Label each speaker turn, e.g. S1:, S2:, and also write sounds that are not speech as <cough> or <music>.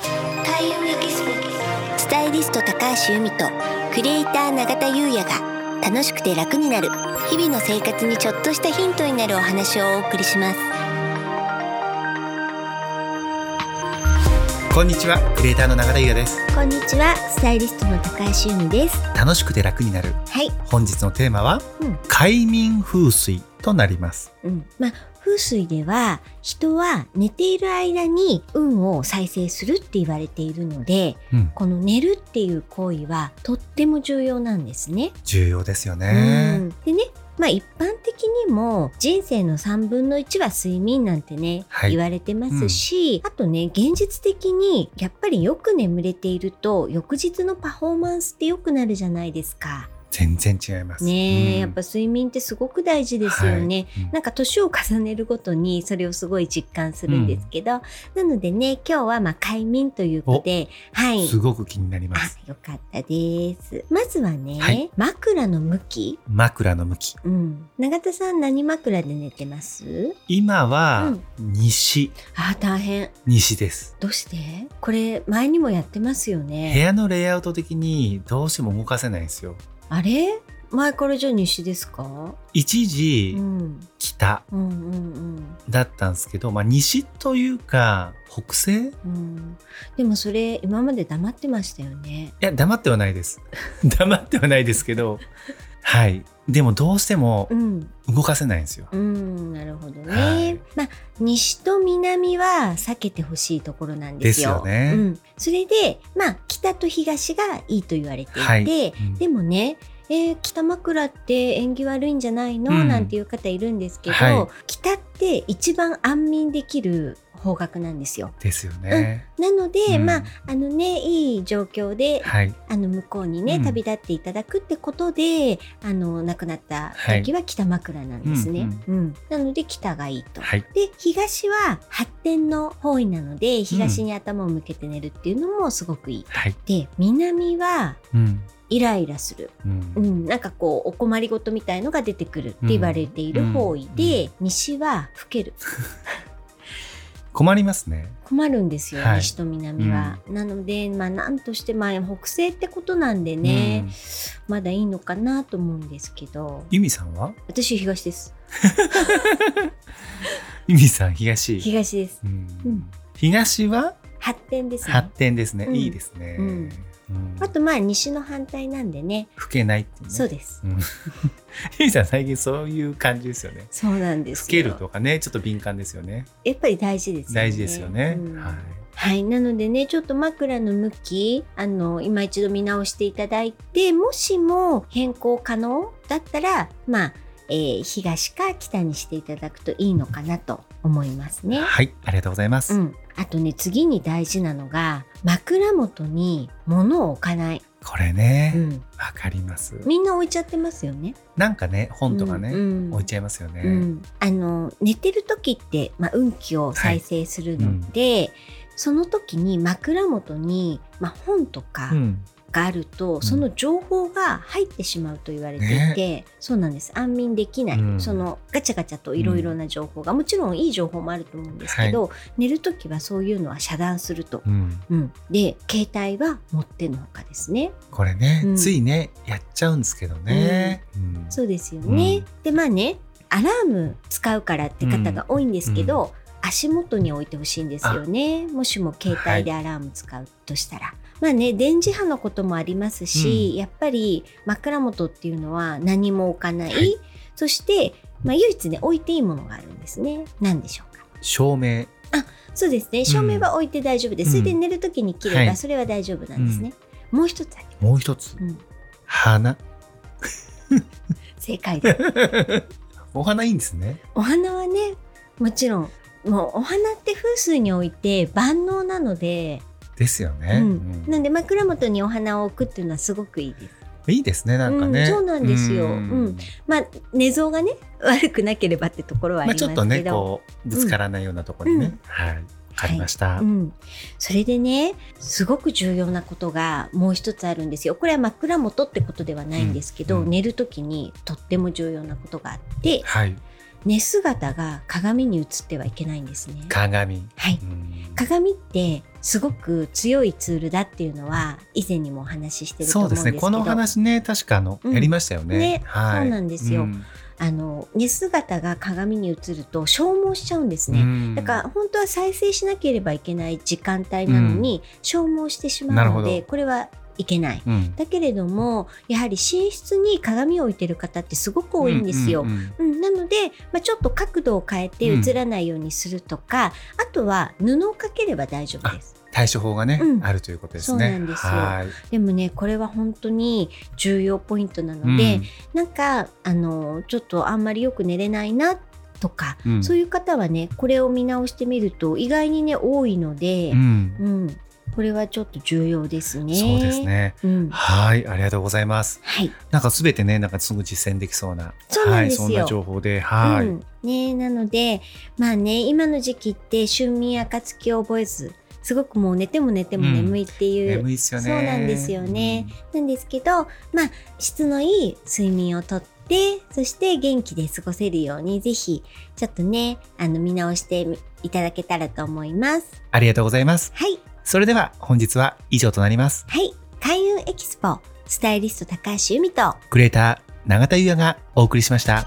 S1: 田優也キススタイリスト高橋由美とクリエイター永田優也が楽しくて楽になる日々の生活にちょっとしたヒントになるお話をお送りします
S2: こんにちはクリエイターの永田優也です
S1: こんにちはスタイリストの高橋由美です
S2: 楽しくて楽になる
S1: はい、
S2: 本日のテーマは
S1: うん
S2: 快眠風水となります
S1: うん、まあ風水では人は寝ている間に運を再生するって言われているので
S2: うん、
S1: この寝るっていう行為はとっても重要なんですね。
S2: 重要ですよ
S1: う
S2: ね
S1: んでね、まあ、一般的にも人生の3分の1は睡眠なんてね、
S2: はい
S1: 言われてますし、あとね現実的にやっぱりよく眠れていると翌日のパフォーマンスって良くなるじゃないですか。
S2: 全然違います
S1: ねえ、
S2: うん
S1: やっぱ睡眠ってすごく大事ですよね。
S2: はいうん
S1: なんか年を重ねるごとにそれをすごい実感するんですけど、なのでね今日はまあ快眠ということで、はい、
S2: すごく気になります
S1: あ、よかったです。まずはね、
S2: はい
S1: 枕の向き。
S2: 枕の向き
S1: うん。永田さん何枕で寝てます
S2: 今は
S1: うん
S2: 西、
S1: あ、大変。
S2: 西です
S1: どうしてこれ前にもやってますよ
S2: 部
S1: ね。
S2: 屋のレイアウト的にどうしても動かせないんですよ
S1: あれ前からじゃあ西ですか
S2: 一
S1: う
S2: 時
S1: ん。
S2: 北
S1: うんうん
S2: だったんですけど、まあ西というか北西い
S1: うん。うん、でもそれ今まで黙ってましたよね。
S2: や黙ってはないです <laughs> 黙ってはないですけどはいでもどうしても
S1: うん。
S2: 動かせないんですよ
S1: うん、なるほどね。
S2: はい
S1: まあ、西と南は避けてほしいところなんですよ。
S2: ですよね
S1: うん、それで、まあ、北と東がいいと言われていて、
S2: はいうん
S1: でもね、えー北枕って縁起悪いんじゃないの、
S2: うん
S1: なんていう方いるんですけど、
S2: はい
S1: 北って一番安眠できる方角なんですよ。
S2: ですよね、
S1: なので、
S2: うん
S1: まあ、あのね、いい状況で、
S2: はい
S1: あの向こうにね、
S2: うん
S1: 旅立っていただくってことであの亡くなった時は北枕なんですね、うんなので北がいいと。
S2: はい
S1: で東は発展の方位なので東に頭を向けて寝るっていうのもすごくいい。
S2: はい
S1: で南は
S2: うん
S1: イライラする、
S2: うん、
S1: うん、なんかこうお困りごとみたいのが出てくるって言われている方位で、西は老ける
S2: 困りますね
S1: 困るんですよ、
S2: はい
S1: 西と南は。なのでまあなんとしてまあ北西ってことなんでね、
S2: うん
S1: まだいいのかなと思うんですけど
S2: 由美さんは
S1: 私東です
S2: 由美さん東
S1: 東です
S2: うん
S1: うん
S2: 東は
S1: 発展ですね
S2: 発展ですね、
S1: うん
S2: いいですね、
S1: う
S2: うんん
S1: あとまあ西の反対なんでね
S2: 老けないっていうね
S1: そうです
S2: うん、ゆいさん最近そういう感じですよね。
S1: そうなんですよ
S2: スケールとかね、ちょっと敏感ですよね。
S1: やっぱり大事ですよね
S2: 大事ですよね。
S1: うん
S2: はい。
S1: はいなのでねちょっと枕の向きあの今一度見直していただいてもしも変更可能だったらまあえー東か北にしていただくといいのかなと思いますね。
S2: はい、ありがとうございます。
S1: うん、あとね次に大事なのが枕元に物を置かない、
S2: これ
S1: う
S2: ね、
S1: ん、
S2: わ、かります。
S1: みんな置いちゃってますよね。
S2: なんかね、本とかね、
S1: うんうん
S2: 置いちゃいますよね。
S1: うん、あの寝てる時って、まあ、運気を再生するので、その時に枕元に、まあ、本と
S2: う
S1: か
S2: ん
S1: があると、その情報が入ってしまうと言われていて、そうなんです安眠できない、
S2: うん
S1: そのガチャガチャといろいろな情報が、もちろんいい情報もあると思うんですけど、寝る時はそういうのは遮断すると。
S2: うん
S1: うん、で携帯は持ってのほかですね。
S2: これね、
S1: うん
S2: ついね、やっちゃうんですけどね。うん
S1: そうですよね。
S2: うん
S1: でまあねアラーム使うからって方が多いんですけど、足元に置いてほしいんですよねもしも携帯でアラーム使うとしたら。まあね電磁波のこともありますし、
S2: うん
S1: やっぱり枕元っていうのは何も置かない、
S2: はい
S1: そして、まあ、唯一ね置いていいものがあるんですね。何でしょうか
S2: 照明。
S1: そうですね照明は置いて大丈夫です、
S2: うん
S1: それで寝る時に切れば、
S2: はい
S1: それは大丈夫なんですね。もう一つあります
S2: もう一つ、
S1: うん
S2: 花。 <laughs>
S1: 正解です
S2: お花いいんですね。
S1: お花はねもちろんもうお花って風水において万能なので、
S2: ですよね。
S1: う
S2: うん
S1: ん、なんで枕元にお花を置くっていうのはすごくいいです。
S2: いいですね、なんかね。
S1: うんそうなんですようん
S2: ん
S1: まあ寝相がね悪くなければってところはあり
S2: ま
S1: ます
S2: あ、ち
S1: けど、
S2: ょっとね、こう、ぶつからないようなところにね。
S1: うん
S2: はい。わかりました。
S1: うん、それでねすごく重要なことがもう一つあるんですよこれは枕元ってことではないんですけど、
S2: うんうん
S1: 寝る時にとっても重要なことがあって
S2: はい。
S1: 寝姿が鏡に映ってはいけないんですね。
S2: 鏡。
S1: はい。
S2: うん
S1: 鏡ってすごく強いツールだっていうのは以前にもお話ししてると
S2: そ
S1: 思
S2: う
S1: うんで
S2: で
S1: す
S2: す
S1: け
S2: ね。
S1: ど
S2: このお話ね、確かあの、
S1: うん
S2: やりましたよね。
S1: ね
S2: はい。
S1: そうなんですよ
S2: ん
S1: あの寝姿が鏡に映ると消耗しちゃうんですね。
S2: うん
S1: だから本当は再生しなければいけない時間帯なのに消耗してしま
S2: なる
S1: う
S2: ほ
S1: ので、
S2: ど
S1: これはいけない。
S2: うん、
S1: だけれどもやはり寝室に鏡を置いてる方ってすごく多いんですよ。
S2: うんうん
S1: うん、なので、まあ、ちょっと角度を変えて
S2: うん
S1: 映らないようにするとか、あとは布をかければ大丈夫です。
S2: 対処法がね、
S1: うん
S2: あるということですね。
S1: そうなんですよ
S2: はい。
S1: でもねこれは本当に重要ポイントなので、なんかあのちょっとあんまりよく寝れないなとか、
S2: うん、うん
S1: そういう方はねこれを見直してみると意外にね多いので
S2: う、ん
S1: うんこれはちょっと重要ですね。
S2: そうです。ね。
S1: うん、
S2: はい、ありがとうございます。
S1: はい、
S2: なんかすべてね、なんかすぐ実践できそうな、
S1: そうなんですよ
S2: はい、そんな情報で、はい、
S1: うん、ねなのでまあね今の時期って春眠暁を覚えずすごくもう寝ても寝ても眠いっていう、
S2: 眠いですよね。
S1: そうなんですよねなんですけど、まあ、質のいい睡眠をとって、そして元気で過ごせるように、ぜひ、ちょっとね、あの、見直していただけたらと思います
S2: うん。ありがとうございます。
S1: はい、
S2: それでは本日は以上となります。
S1: はい。開運エキスポ、スタイリスト高橋由美と、
S2: クレーター永田裕也がお送りしました。